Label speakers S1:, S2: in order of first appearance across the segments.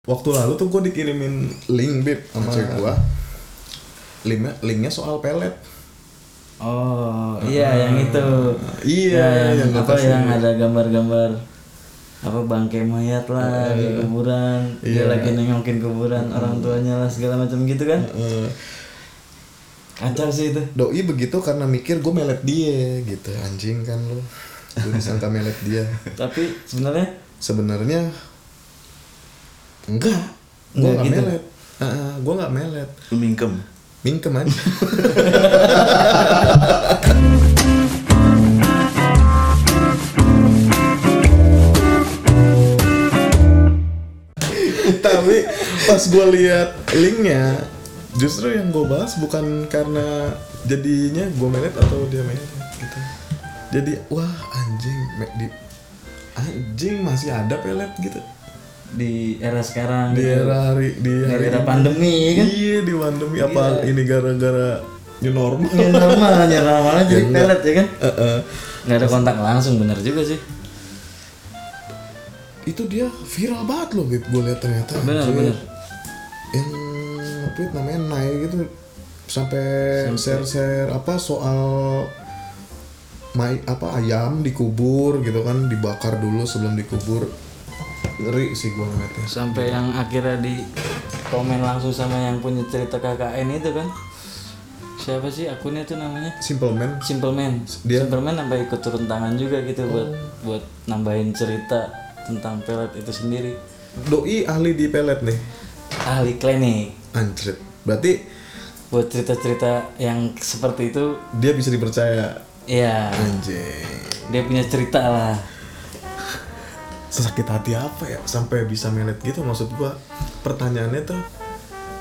S1: waktu lalu tuh gue dikirimin link bib sama
S2: Apa?
S1: cewek gue linknya linknya soal pelet
S3: Oh iya yang itu.
S1: iya,
S3: yang,
S1: yang
S3: apa
S1: atas
S3: yang
S1: ini.
S3: ada gambar-gambar apa bangkai mayat lah di kuburan dia
S1: Iya. Hmm.
S3: lagi nengokin kuburan orang tuanya lah segala macam gitu kan
S1: Eh,
S3: kacau sih itu
S1: doi begitu karena mikir gue melet dia gitu anjing kan lu lu disangka melet dia
S3: tapi sebenarnya
S1: sebenarnya enggak gue
S3: Enggak
S1: nggak
S3: gitu.
S1: melet gue nggak melet
S2: mingkem
S1: mingkem aja tapi pas gue lihat linknya justru yang gue bahas bukan karena jadinya gue melet atau dia melet gitu jadi wah anjing me- di anjing masih ada pelet gitu
S3: di era sekarang
S1: di
S3: gitu.
S1: era hari di
S3: Di
S1: hari
S3: era
S1: ini.
S3: pandemi kan
S1: Iya di pandemi apa ini gara-gara new normal. Eh,
S3: ya normal ya normalnya
S1: Iya,
S3: jadi
S1: enggak.
S3: pelet ya kan
S1: Heeh.
S3: nggak ada kontak langsung bener juga sih
S1: Itu dia viral banget loh Beb gue lihat ternyata.
S3: bener
S1: Anjir.
S3: bener
S1: Yang apa itu namanya naik gitu sampai share-share apa soal mai apa ayam dikubur gitu kan dibakar dulu sebelum dikubur ngeri sih gue ngeliatnya
S3: sampai yang akhirnya di komen langsung sama yang punya cerita KKN itu kan siapa sih akunnya tuh namanya
S1: simple man
S3: Simple Man
S1: Dia-
S3: Simple Man sampai ikut turun tangan juga gitu buat buat nambahin cerita tentang pelet itu sendiri
S1: doi ahli di pelet nih
S3: ahli klinik
S1: anjrit berarti
S3: buat cerita-cerita yang seperti itu
S1: dia bisa dipercaya
S3: ya
S1: anjing
S3: dia punya cerita lah
S1: sesakit hati apa ya sampai bisa melet gitu maksud gua pertanyaannya tuh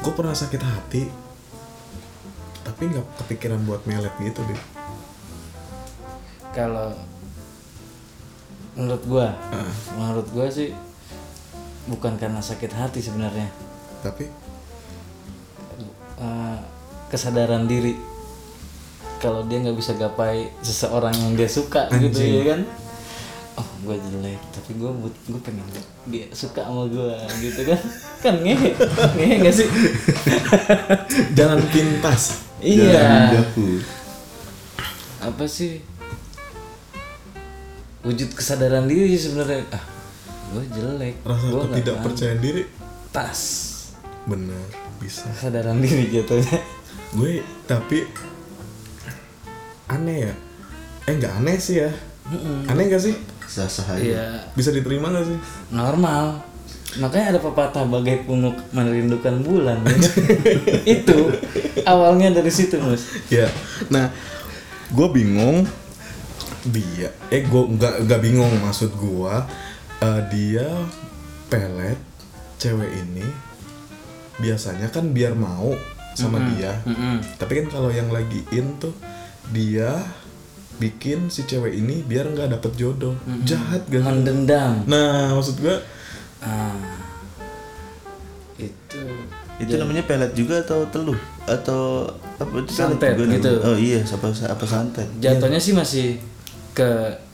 S1: gua pernah sakit hati tapi nggak kepikiran buat melet gitu deh
S3: kalau menurut gua
S1: Ah.
S3: menurut gua sih bukan karena sakit hati sebenarnya
S1: tapi
S3: Eh, kesadaran diri kalau dia nggak bisa gapai seseorang yang dia suka gitu ya kan oh gue jelek tapi gue but gue pengen dia suka sama gue gitu kan kan ngehe ngehe nggak sih
S1: jangan pintas
S3: iya
S2: jauh
S3: apa sih wujud kesadaran diri sih sebenarnya ah gue jelek
S1: rasa
S3: gue nggak
S1: ketidakpercayaan diri
S3: pas
S1: bener bisa
S3: kesadaran diri jatuhnya
S1: gue tapi aneh ya eh nggak aneh sih ya aneh gak sih
S2: sah sah aja
S3: iya
S1: bisa diterima gak sih
S3: normal makanya ada pepatah bagai punuk merindukan bulan ya kan? itu awalnya dari situ mas
S1: ya nah gue bingung dia eh gue nggak nggak bingung maksud gue eh, dia pelet cewek ini biasanya kan biar mau sama dia tapi kan kalau yang lagi in tuh dia bikin si cewek ini biar nggak dapet jodoh jahat gak sih?
S3: mendendam
S1: nah maksud gue
S3: ah, itu
S2: itu
S3: Iya.
S2: namanya pelet juga atau teluh atau apa itu pelet
S3: Santet
S2: juga
S3: gitu.
S2: namanya? oh iya apa apa santet
S3: jatuhnya sih masih ke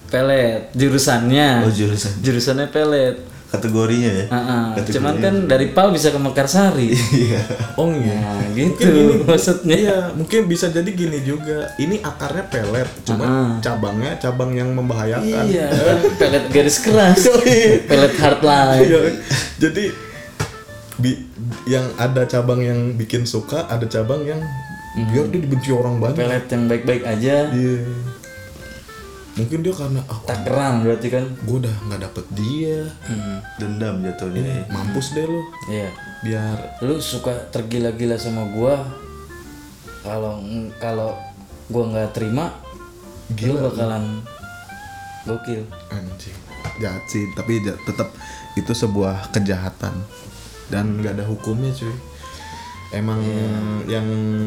S3: pelet jurusannya
S2: Oh, jurusan.
S3: jurusannya pelet
S2: kategorinya ya
S3: Ah, ah.
S2: Kategorinya.
S3: cuman kan dari pal bisa ke mekarsari
S2: iya
S1: oh iya
S3: nah gitu maksudnya
S1: Iya, mungkin bisa jadi gini juga. Ini akarnya pelet, cuma cabangnya cabang yang membahayakan.
S3: Ah. iya pelet garis keras pelet hardline
S1: Iya. jadi bi- yang ada cabang yang bikin suka, ada cabang yang biar dia dibenci orang banyak.
S3: Hmm. pelet yang baik-baik aja
S1: Iya. Mungkin dia karena ah
S3: takeran berarti kan
S1: gue udah nggak dapet dia,
S2: dendam jatuhnya ya.
S1: mampus deh lo.
S3: Mm-hmm. iya
S1: Biar
S3: lu suka tergila-gila sama gua kalau kalau gua nggak terima lu bakalan gokil
S1: anjing jahat sih tapi ja- tetap itu sebuah kejahatan dan nggak ada hukumnya cuy emang yang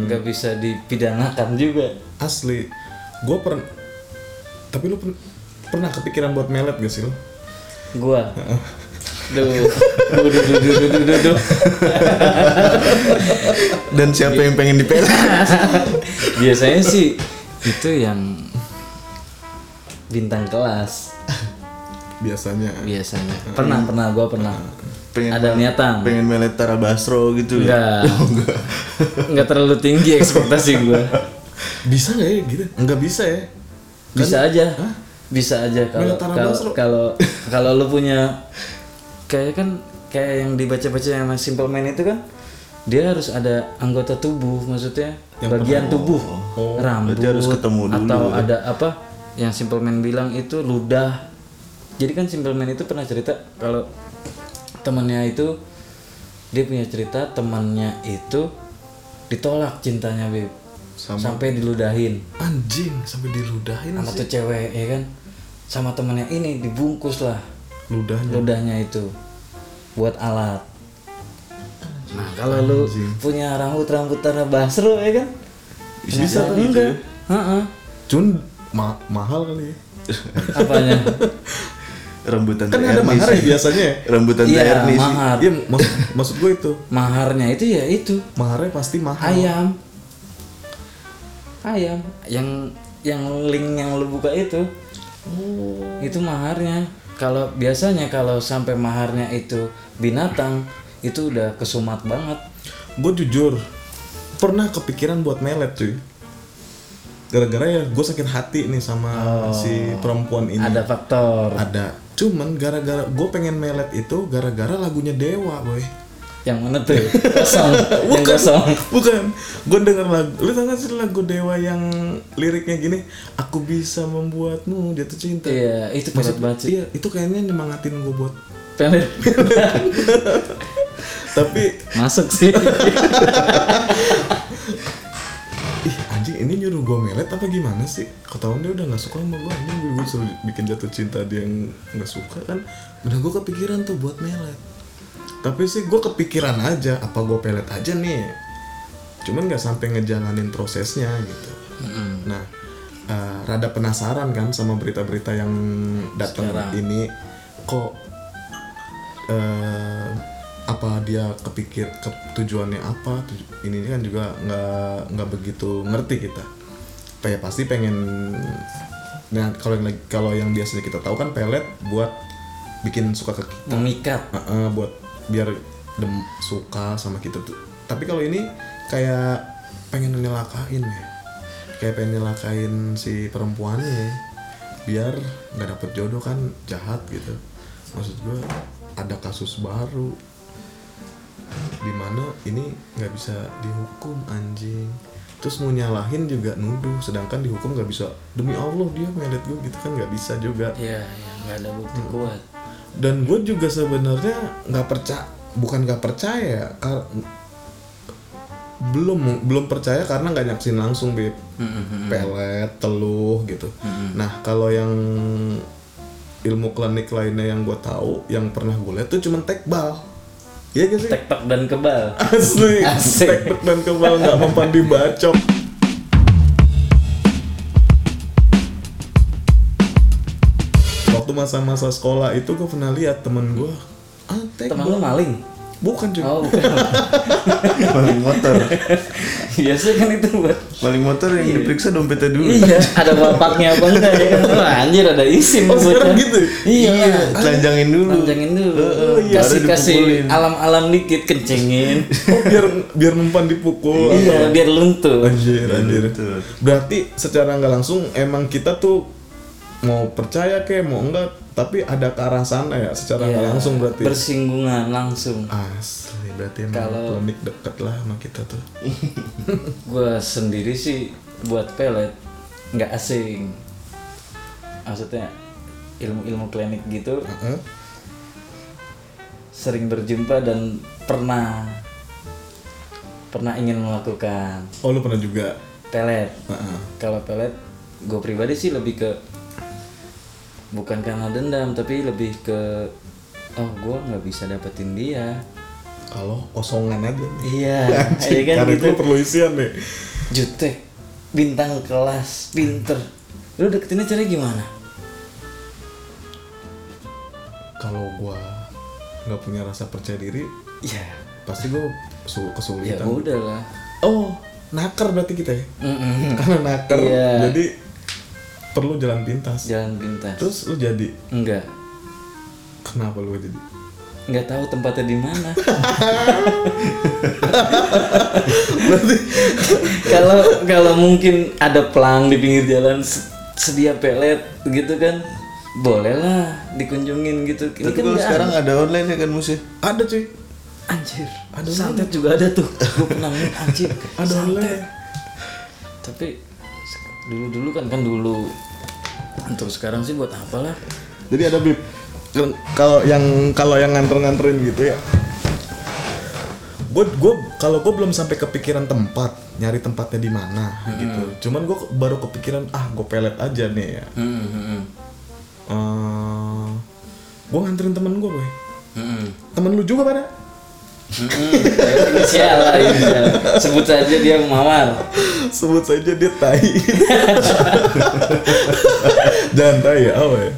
S3: nggak bisa dipidanakan juga
S1: asli gue pernah tapi lu pern- pernah kepikiran buat melet gak sih lu
S3: gua duh duh duh duh duh duh, duh, duh.
S2: dan siapa yang pengen dipelet
S3: biasanya sih itu yang bintang kelas
S1: biasanya
S3: Iya. biasanya pernah pernah gua pernah
S2: pengen
S3: Ada
S2: mel-
S3: niatan?
S2: pengen melet Tara Basro gitu
S3: Enggak. Enggak terlalu tinggi ekspektasi gua.
S1: bisa nggak ya gitu nggak bisa ya
S3: Bisa
S2: Kan?
S3: aja. Bisa aja kalau
S1: Militer
S3: kalau
S1: Basro.
S3: kalau kalau lu punya kayak kan kayak yang dibaca-baca yang Simple Man itu kan dia harus ada anggota tubuh maksudnya bagian tubuh rambut
S2: Oh, berarti harus ketemu dulu gitu ya.
S3: atau ada apa yang Simple Man bilang itu ludah jadi kan Simple Man itu pernah cerita kalau temannya itu dia punya cerita temannya itu ditolak cintanya Beb sampai diludahin
S1: anjing sampai diludahin
S3: sama tuh cewek ya kan sama temannya ini dibungkus lah
S1: ludahnya
S3: ludahnya itu buat alat. Nah kalau lu punya rambut rambut tanah basro ya kan? Kenapa
S2: Bisa gitu
S3: enggak?
S2: ya?
S3: Heeh.
S1: cun ma- mahal kali ya
S3: Apanya?
S2: Rambutan
S1: kan
S2: Teh
S1: ada
S2: Ernis.
S1: mahar ya biasanya ya
S2: Rambutan Teh
S3: Iya
S2: Ernis.
S3: mahar.
S1: iya maksud, maksud gue itu
S3: Maharnya itu ya itu
S1: maharnya pasti mahal
S3: ayam. Ayam yang yang link yang lu buka itu itu maharnya. Kalau biasanya kalau sampai maharnya itu binatang itu udah kesumat banget.
S1: gue jujur pernah kepikiran buat melet cuy gara-gara ya gue sakit hati nih
S3: Oh.
S1: sama si perempuan ini
S3: Ada faktor
S1: ada cuman gara-gara gue pengen melet itu gara-gara lagunya dewa boy
S3: yang mana tuh kosong yang kosong
S1: bukan gue denger lagu lu tau gak sih lagu dewa yang liriknya gini aku bisa membuatmu jatuh cinta
S3: iya itu pelet banget sih
S1: iya itu kayaknya nyemangatin gue buat
S3: pelet
S1: tapi
S3: masuk sih
S1: ih anjing ini nyuruh gue melet apa gimana sih ketahuan dia udah nggak suka sama gue anjing gue suruh bikin jatuh cinta dia yang nggak suka kan udah gue kepikiran tuh buat melet tapi sih gue kepikiran aja apa gue pelet aja nih cuman nggak sampai ngejalanin prosesnya gitu nah eh, rada penasaran kan sama berita-berita yang datang ini kok eh, apa dia kepikir ke- tujuannya apa tuju- ini kan juga nggak nggak begitu ngerti kita kayak pasti pengen nah kalau yang lagi- kalau yang biasanya kita tahu kan pelet buat bikin suka ke kita
S3: memikat
S1: Heeh, buat biar dem suka sama kita tuh tapi kalau ini kayak pengen nyelakain ya kayak pengen nyelakain si perempuannya ya. biar nggak dapet jodoh kan jahat gitu maksud gue ada kasus baru dimana ini nggak bisa dihukum anjing terus mau nyalahin juga nuduh sedangkan dihukum nggak bisa demi allah dia melet gue gitu kan nggak bisa juga
S3: iya iya nggak ada bukti
S1: Hmm.
S3: kuat
S1: dan gue juga sebenarnya nggak percaya bukan nggak percaya kar- belum belum percaya karena nggak nyaksin langsung beb pelet teluh gitu nah kalau yang ilmu klinik lainnya yang gue tahu yang pernah gue lihat tuh cuman tekbal iya gak sih
S3: tektok dan kebal
S1: asli
S3: Asik.
S1: tekbal dan kebal nggak mempan dibacok waktu masa-masa sekolah itu gue pernah lihat temen gue ah
S3: teman
S1: tekbal
S3: lu maling
S1: bukan cuy
S3: oh bukan
S2: Maling motor.
S3: biasanya kan itu buat
S2: Maling motor yang diperiksa dompetnya dulu.
S3: iya ada bapaknya apa enggak ya kan Wah, anjir ada isim
S1: Oh,
S3: bocah.
S1: sekarang gitu?
S3: iya
S2: Telanjangin dulu.
S3: panjangin dulu
S2: iya.
S3: kasih
S2: Baru
S3: kasih
S2: dipukulin.
S3: alam-alam dikit kencengin
S1: oh, biar biar mempan dipukul
S3: iya biar luntur
S1: anjir anjir
S2: Betul.
S1: berarti secara nggak langsung emang kita tuh mau percaya kek mau enggak tapi ada ke arah sana ya secara nggak
S3: Iya,
S1: langsung berarti
S3: bersinggungan langsung
S1: Asli berarti emang
S3: Kalau-
S1: klinik deket lah sama kita tuh.
S3: gue sendiri sih buat pelet nggak asing maksudnya ilmu-ilmu klinik gitu
S1: Heeh.
S3: sering berjumpa dan pernah pernah ingin melakukan
S1: Oh lu pernah juga?
S3: pelet
S1: Heeh.
S3: kalau pelet gue pribadi sih lebih ke bukan karena dendam tapi lebih ke oh gue nggak bisa dapetin dia
S1: Kalau kosongan aja nih.
S3: iya iya
S1: Anjing,
S3: kan
S1: karena
S3: gitu
S1: itu perlu isian nih.
S3: jutek bintang kelas pinter lu deketinnya cara gimana
S1: Kalau gua nggak punya rasa percaya diri,
S3: ya
S1: pasti gua su-
S3: ya
S1: kesulitan.
S3: udah lah
S1: Oh, nakar berarti kita ya?
S3: Mm-mm.
S1: Karena nakar,
S3: Iya.
S1: jadi perlu jalan pintas.
S3: jalan pintas
S1: Terus lu jadi
S3: enggak
S1: kenapa lu jadi?
S3: nggak tahu tempatnya di mana kalau kalau mungkin ada pelang di pinggir jalan se- sedia pelet gitu kan bolehlah dikunjungin gitu ini
S2: Tapi
S3: kan
S2: kalau
S3: nggak
S2: sekarang ada online ya kan musnya?
S1: ada cuy
S3: Anjir, ada santet juga ada tuh. Gue pernah ngeliat anjir.
S1: Ada online.
S3: Tapi dulu dulu kan kan dulu. Untuk sekarang sih buat apalah?
S1: Jadi ada bib. Kan Kalau yang kalau yang nganter-nganterin gitu ya. Gue gue kalau gue belum sampai kepikiran tempat, nyari tempatnya di mana gitu. Cuman gue baru kepikiran ah gue pelet aja nih ya. gue nganterin temen gue boy. Temen lu juga pada?
S3: Inisial lah inisial. Sebut saja dia Mawar.
S1: Sebut saja dia tai. Jangan tai ya, apa ya?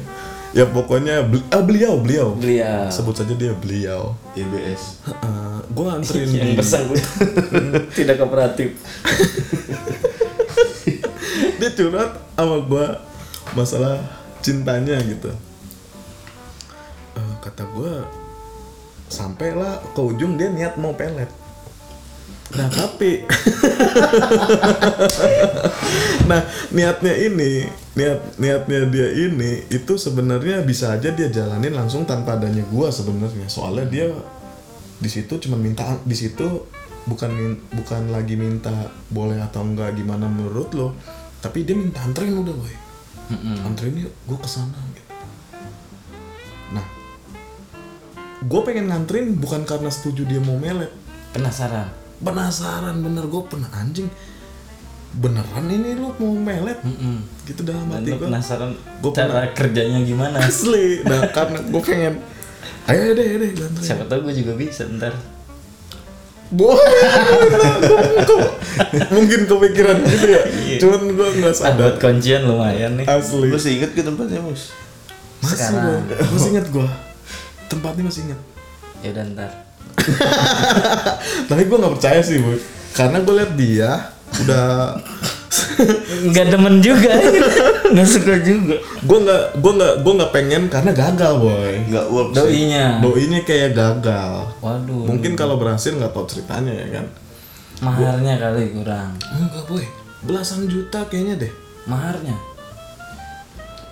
S1: Ya pokoknya bel- ah, beliau, beliau.
S3: Beliau.
S1: Sebut saja dia beliau.
S2: IBS.
S1: gue nganterin
S3: Yang
S1: di-
S3: bersangkutan tidak kooperatif.
S1: dia curhat sama gue masalah cintanya gitu Eh, kata gue sampailah ke ujung dia niat mau pelet nah tapi nah niatnya ini niat niatnya dia ini itu sebenarnya bisa aja dia jalanin langsung tanpa adanya gua sebenarnya soalnya dia di situ cuma minta di situ bukan min- bukan lagi minta boleh atau enggak gimana menurut lo tapi dia minta anterin udah boy anterin yuk gua kesana gitu nah gue pengen nganterin bukan karena setuju dia mau melet
S3: Penasaran.
S1: penasaran bener gue pernah anjing beneran ini lu mau melet gitu dalam
S3: Dan
S1: hati
S3: lu
S1: gue
S3: penasaran
S1: Gua
S3: cara kerjanya gimana?
S1: asli nah karena gue pengen ayo ayo deh ayo deh ganteng
S3: Siapa tahu gue juga bisa ntar.
S1: boleh Kok- mungkin kepikiran gitu ya
S3: Iya.
S1: cuman gue nggak
S3: Ah,
S1: sadar
S3: buat kuncian lumayan nih.
S1: asli
S2: Lu masih inget ke tempatnya mus?
S1: masih gue masih inget gue tempatnya masih inget
S3: Ya udah ntar.
S1: tapi gue nggak percaya sih bu karena gue liat dia udah
S3: Nggak demen juga. Nggak suka juga.
S1: gue nggak gue nggak gue nggak pengen karena gagal boy
S2: Nggak ya? work sih.
S3: Doinya.
S1: doinya kayak gagal
S3: Waduh.
S1: Mungkin kalau berhasil nggak tahu ceritanya ya kan?
S3: Maharnya kali kurang.
S1: Enggak boy, belasan juta kayaknya deh.
S3: Maharnya.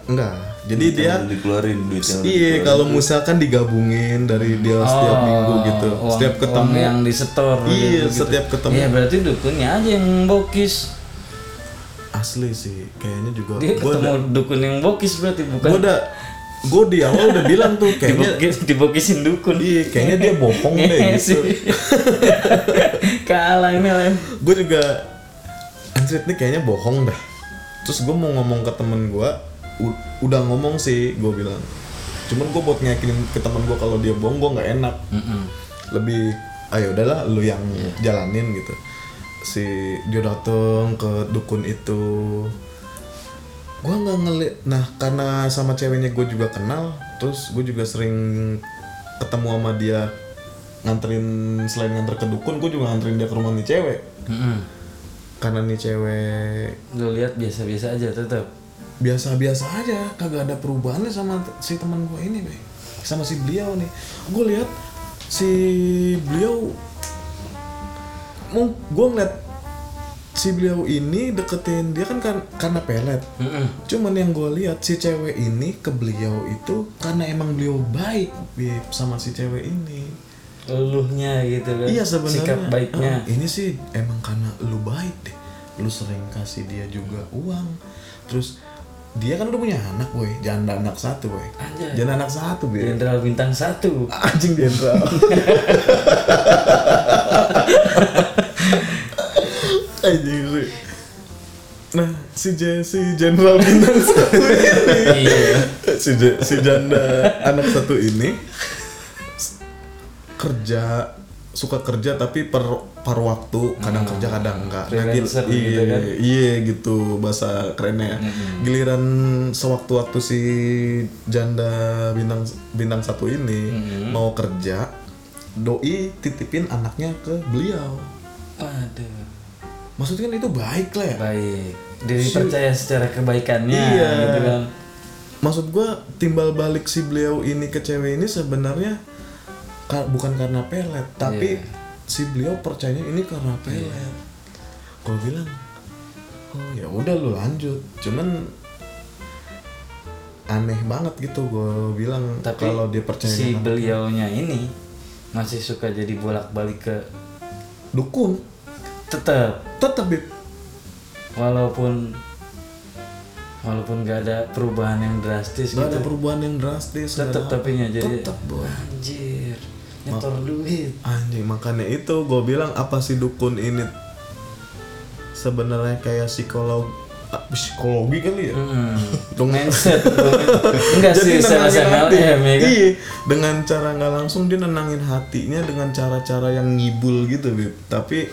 S1: Enggak. Jadi dia
S2: Udah dikeluarin duitnya.
S1: iya kalau misalkan digabungin dari dia setiap minggu gitu,
S3: Oh, Uang-
S1: setiap ketemu.
S3: uang yang disetor.
S1: Iya, setiap ketemu.
S3: Iya, berarti dukunnya aja yang bokis.
S1: Asli sih, kayaknya juga.
S3: Dia
S1: Gue udah,
S3: ketemu dukun yang bokis berarti bukan
S1: gue udah, gue di awal udah bilang tuh kayaknya,
S3: dibokis, dibokisin dukun.
S1: iya kayaknya dia bohong deh
S3: Iya
S1: gitu.
S3: sih. Kalah ini Lem.
S1: gue juga anjrit nih kayaknya bohong dah terus gue mau ngomong ke temen gue u- udah ngomong sih gue bilang cuman gue buat ngeyakinin ke temen gue kalau dia bohong gue nggak enak lebih ayo udahlah lu yang jalanin gitu si dia dateng ke dukun itu gue nggak ngeliat nah karena sama ceweknya gue juga kenal terus gue juga sering ketemu sama dia nganterin selain nganter ke dukun gue juga nganterin dia ke rumah nih cewek karena nih cewek
S3: Lu lihat biasa-biasa aja tetap.
S1: biasa-biasa aja kagak ada perubahannya sama t- si teman gue ini Be. sama si beliau nih gue lihat si beliau gue ngeliat si beliau ini deketin dia kan kar- karena pelet cuman yang gue lihat si cewek ini ke beliau itu karena emang beliau baik Beb, sama si cewek ini
S3: Eluhnya gitu kan.
S1: Iya sebenarnya.
S3: Sikap baiknya.
S1: Eh, ini sih emang karena lu baik deh. Lu sering kasih dia juga uang. Terus dia kan udah punya anak, boy. Janda anak satu, boy.
S3: Anjay.
S1: Janda anak satu, boy.
S3: Jenderal bintang satu.
S1: Anjing Dendra. Anjing sih. Nah, si J, si Jenderal Bintang satu ini.
S3: Iya.
S1: si, J, si janda anak satu ini s- kerja suka kerja tapi per par waktu kadang kerja kadang enggak Nah, gil-
S3: Hmm. freelancer
S1: iya,
S3: gitu kan. Hmm.
S1: iya gitu bahasa kerennya ya giliran sewaktu-waktu si janda bintang bintang satu ini
S3: Hmm.
S1: mau kerja doi titipin anaknya ke beliau
S3: Waduh.
S1: maksudnya kan itu baik lah ya
S3: Baik. Diri percaya secara kebaikannya
S1: Iya.
S3: gitu kan.
S1: maksud gua timbal balik si beliau ini ke cewek ini sebenarnya Ka- bukan karena pelet tapi
S3: Iya.
S1: si beliau percaya ini karena pelet gue bilang oh ya udah lu lanjut cuman aneh banget gitu gue bilang
S3: Tapi
S1: kalau dia percaya
S3: si
S1: dengan
S3: beliaunya ini masih suka jadi bolak-balik ke
S1: dukun
S3: tetap
S1: tetap Bib.
S3: walaupun walaupun gak ada perubahan yang drastis
S1: Nggak
S3: gitu.
S1: ada perubahan yang drastis nggak
S3: tetap
S1: ada-
S3: tapinya jadi
S1: tetap boy
S3: anjir nyetor duit
S1: Anjing makanya itu gue bilang apa sih dukun ini sebenarnya kayak psikolog ah, psikologi kali ya.
S3: hmm.
S1: Dong-
S3: mindset enggak
S1: Jadi
S3: sih saya
S1: nenangin
S3: saya
S1: hati.
S3: LM ya kan
S1: Iya, dengan cara nggak langsung dia nenangin hatinya dengan cara-cara yang ngibul gitu, Bib. Tapi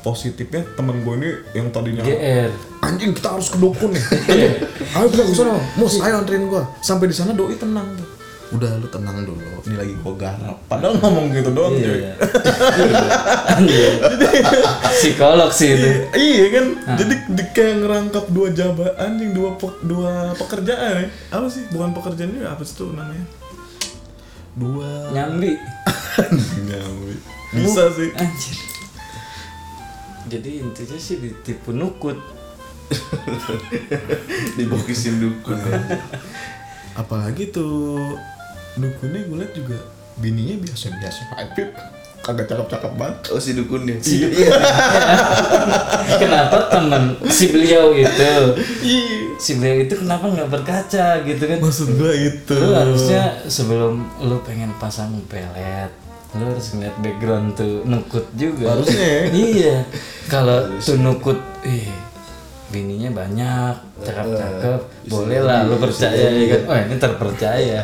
S1: positifnya temen gue ini yang tadinya
S3: GR
S1: anjing kita harus ke dukun nih.
S3: Iya.
S1: Anjing, ayo kita ke sana. Mus, ayo anterin gua. Sampai di sana doi tenang tuh. Udah lu tenang dulu. Ini lagi gua garap. Padahal ngomong gitu doang,
S3: Iya.
S1: cuy.
S3: Iya. psikolog sih itu
S1: Iya, iya kan, jadi di, kayak ngerangkap dua jabatan, anjing dua pe- dua pekerjaan ya. Apa sih? Bukan pekerjaan juga apa sih tuh namanya? Dua
S3: nyambi
S1: nyambi. Bisa sih.
S3: anjir jadi intinya sih ditipu nukut
S2: dibokisin dukun
S1: Apalagi tuh dukunnya gue liat juga bininya biasa-biasa aja. Pip. Kagak cakep-cakep banget.
S2: oh si dukun ya
S3: kenapa temen si beliau itu
S1: Iya.
S3: si beliau itu kenapa nggak berkaca gitu kan
S1: Maksud gitu. gue itu.
S3: lu harusnya sebelum lu pengen pasang pelet lu harus ngeliat background tuh nukut juga
S1: Harusnya ya.
S3: iya kalau tuh nukut ih bininya banyak cakep cakep
S1: Iya.
S3: boleh lah lu percaya ya kan oh ini terpercaya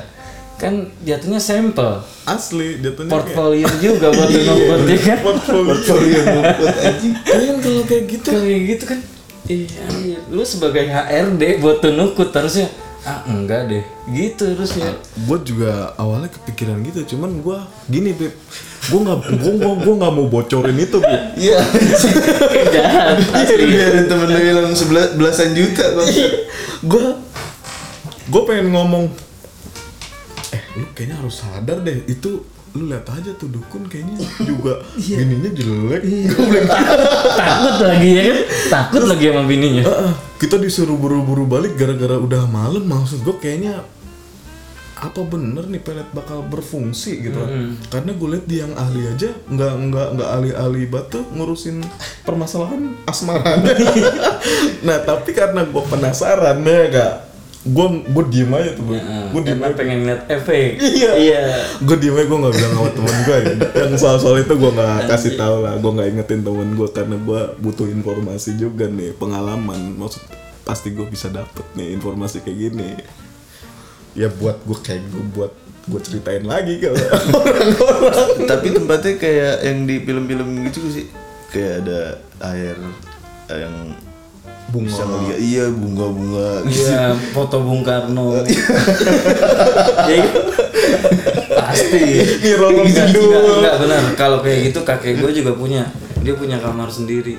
S3: kan jatuhnya sampel
S1: Asli jatuhnya kayak
S3: portfolio juga buat lu nukut ya kan
S1: Iya, portfolio.
S3: kan kalau kayak gitu kayak gitu kan iya iya. lu sebagai HRD buat tuh nukut harusnya ah enggak deh gitu harusnya
S1: gue juga awalnya kepikiran gitu cuman gue gini Pip gue nggak gue gua, gua nggak mau bocorin itu Pip
S2: iya
S3: jahat asli.
S2: biarin Iya, temen lu hilang sebelas belasan juta bang
S1: gue gue pengen ngomong eh lu kayaknya harus sadar deh itu lu lihat aja tuh dukun kayaknya juga bininya jelek Gua bilang,
S3: takut lagi ya kan takut lagi sama bininya
S1: "Ah, ah, kita disuruh buru-buru balik gara-gara udah malam maksud gue kayaknya apa bener nih pelet bakal berfungsi gitu karena gue liat dia yang ahli aja nggak nggak nggak ahli-ahli batu ngurusin permasalahan asmara nah tapi karena gue penasaran ya gak gue gue diem aja tuh gue gue diem
S3: karena pengen lihat efek
S1: Iya.
S3: iya
S1: gue diem aja gue nggak bilang sama temen gue ya yang soal soal itu gue nggak kasih tahu lah gue nggak ingetin temen gue karena gue butuh informasi juga nih pengalaman maksud pasti gue bisa dapet nih informasi kayak gini ya buat gue kayak gue buat gue ceritain lagi kalau orang-orang
S2: tapi tempatnya kayak yang di film-film gitu sih kayak ada air eh, yang bisa
S1: bunga
S2: ngeliat iya bunga-bunga gitu
S3: iya foto Bung Karno Ya kan? pasti
S1: Ini rolong
S3: Enggak,
S1: sidul.
S3: enggak, enggak, benar kalau kayak gitu kakek gue juga punya dia punya kamar sendiri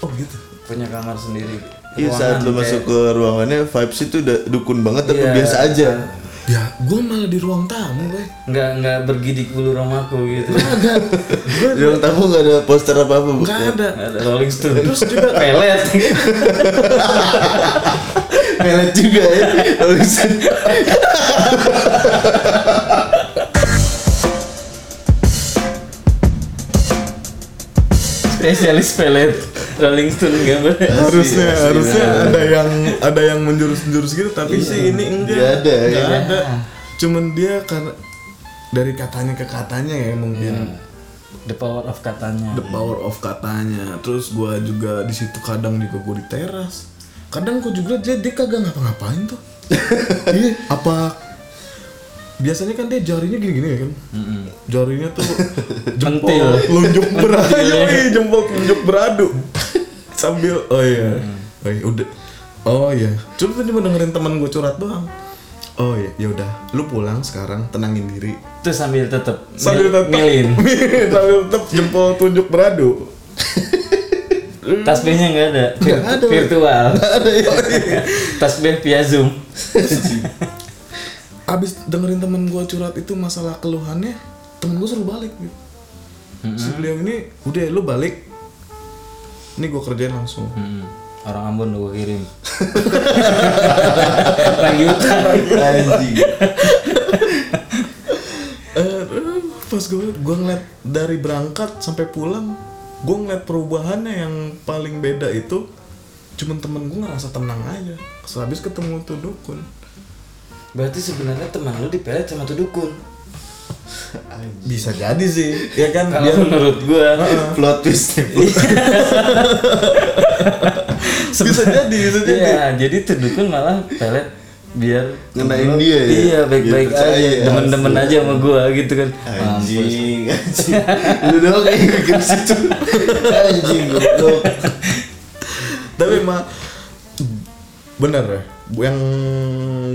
S1: oh gitu
S3: punya kamar sendiri
S2: Iya saat lu
S3: Ruangan
S2: masuk ke ruangannya vibes itu udah dukun banget tapi
S3: Iya.
S2: biasa aja.
S1: ya gue malah di ruang tamu gue
S3: kayak nggak nggak bergidik bulu romaku gitu
S2: Di
S1: Ya,
S2: ruang tamu nggak ada poster apa apa
S1: nggak ada
S3: Ada Rolling Stone
S1: Terus juga-
S3: pelet
S2: Melet juga ya. Terus
S3: spesialis pelet Rolling Stone gambarnya
S2: Iya,
S1: harusnya
S2: Asli, asli,
S1: harusnya
S2: benar.
S1: ada yang ada yang menjurus-menjurus gitu tapi sih ini enggak
S2: Nggak ada,
S1: nggak
S2: iya.
S1: ada cuman dia karena dari katanya ke katanya ya mungkin
S2: Iya.
S3: The Power of Katanya
S1: the power of katanya terus gua juga di situ kadang juga gua di teras kadang gua juga dia dia kagak ngapa-ngapain tuh iya apa biasanya kan dia jarinya gini-gini ya kan jarinya tuh
S3: Pentil.
S1: jempol lunjuk beradu yoi, jempol lunjuk beradu sambil oh iya oh iya udah oh iya cuma tuh cuma dengerin teman gue curhat doang oh iya ya udah lu pulang sekarang tenangin diri
S3: Terus sambil tetep
S1: sambil
S3: mil-
S1: tetap
S3: milin
S1: sambil tetap jempol tunjuk beradu
S3: Tasbihnya nggak ada
S1: Nggak ada. iya.
S3: Virtual Tasbih via Zoom
S1: abis dengerin temen gue curhat itu masalah keluhannya temen gue suruh balik Bib. si beliau ini udah lu balik ini gue kerjain langsung
S3: Hmm, orang Ambon udah gue kirim. orang Yutan.
S2: anjing
S1: Eh, pas gue gue ngeliat dari berangkat sampai pulang gue ngeliat perubahannya yang paling beda itu cuman temen gue ngerasa tenang aja sehabis ketemu tuh dukun
S3: Berarti sebenarnya teman lu dipelet sama tuh dukun.
S1: bisa jadi sih ya kan
S3: Kalau menurut gue
S2: plot twist nih plot
S1: bisa jadi bisa jadi
S3: Iya, jadi tuh dukun malah pelet biar
S2: Ngenain dia ya?
S3: Iya, baik-baik
S2: Biar percaya,
S3: aja,
S2: ya.
S3: demen-demen aja sama gua gitu kan. Mampus.
S2: anjing anjing lu doang yang bikin situ anjing goblok
S1: tapi emang bener ya Bu- yang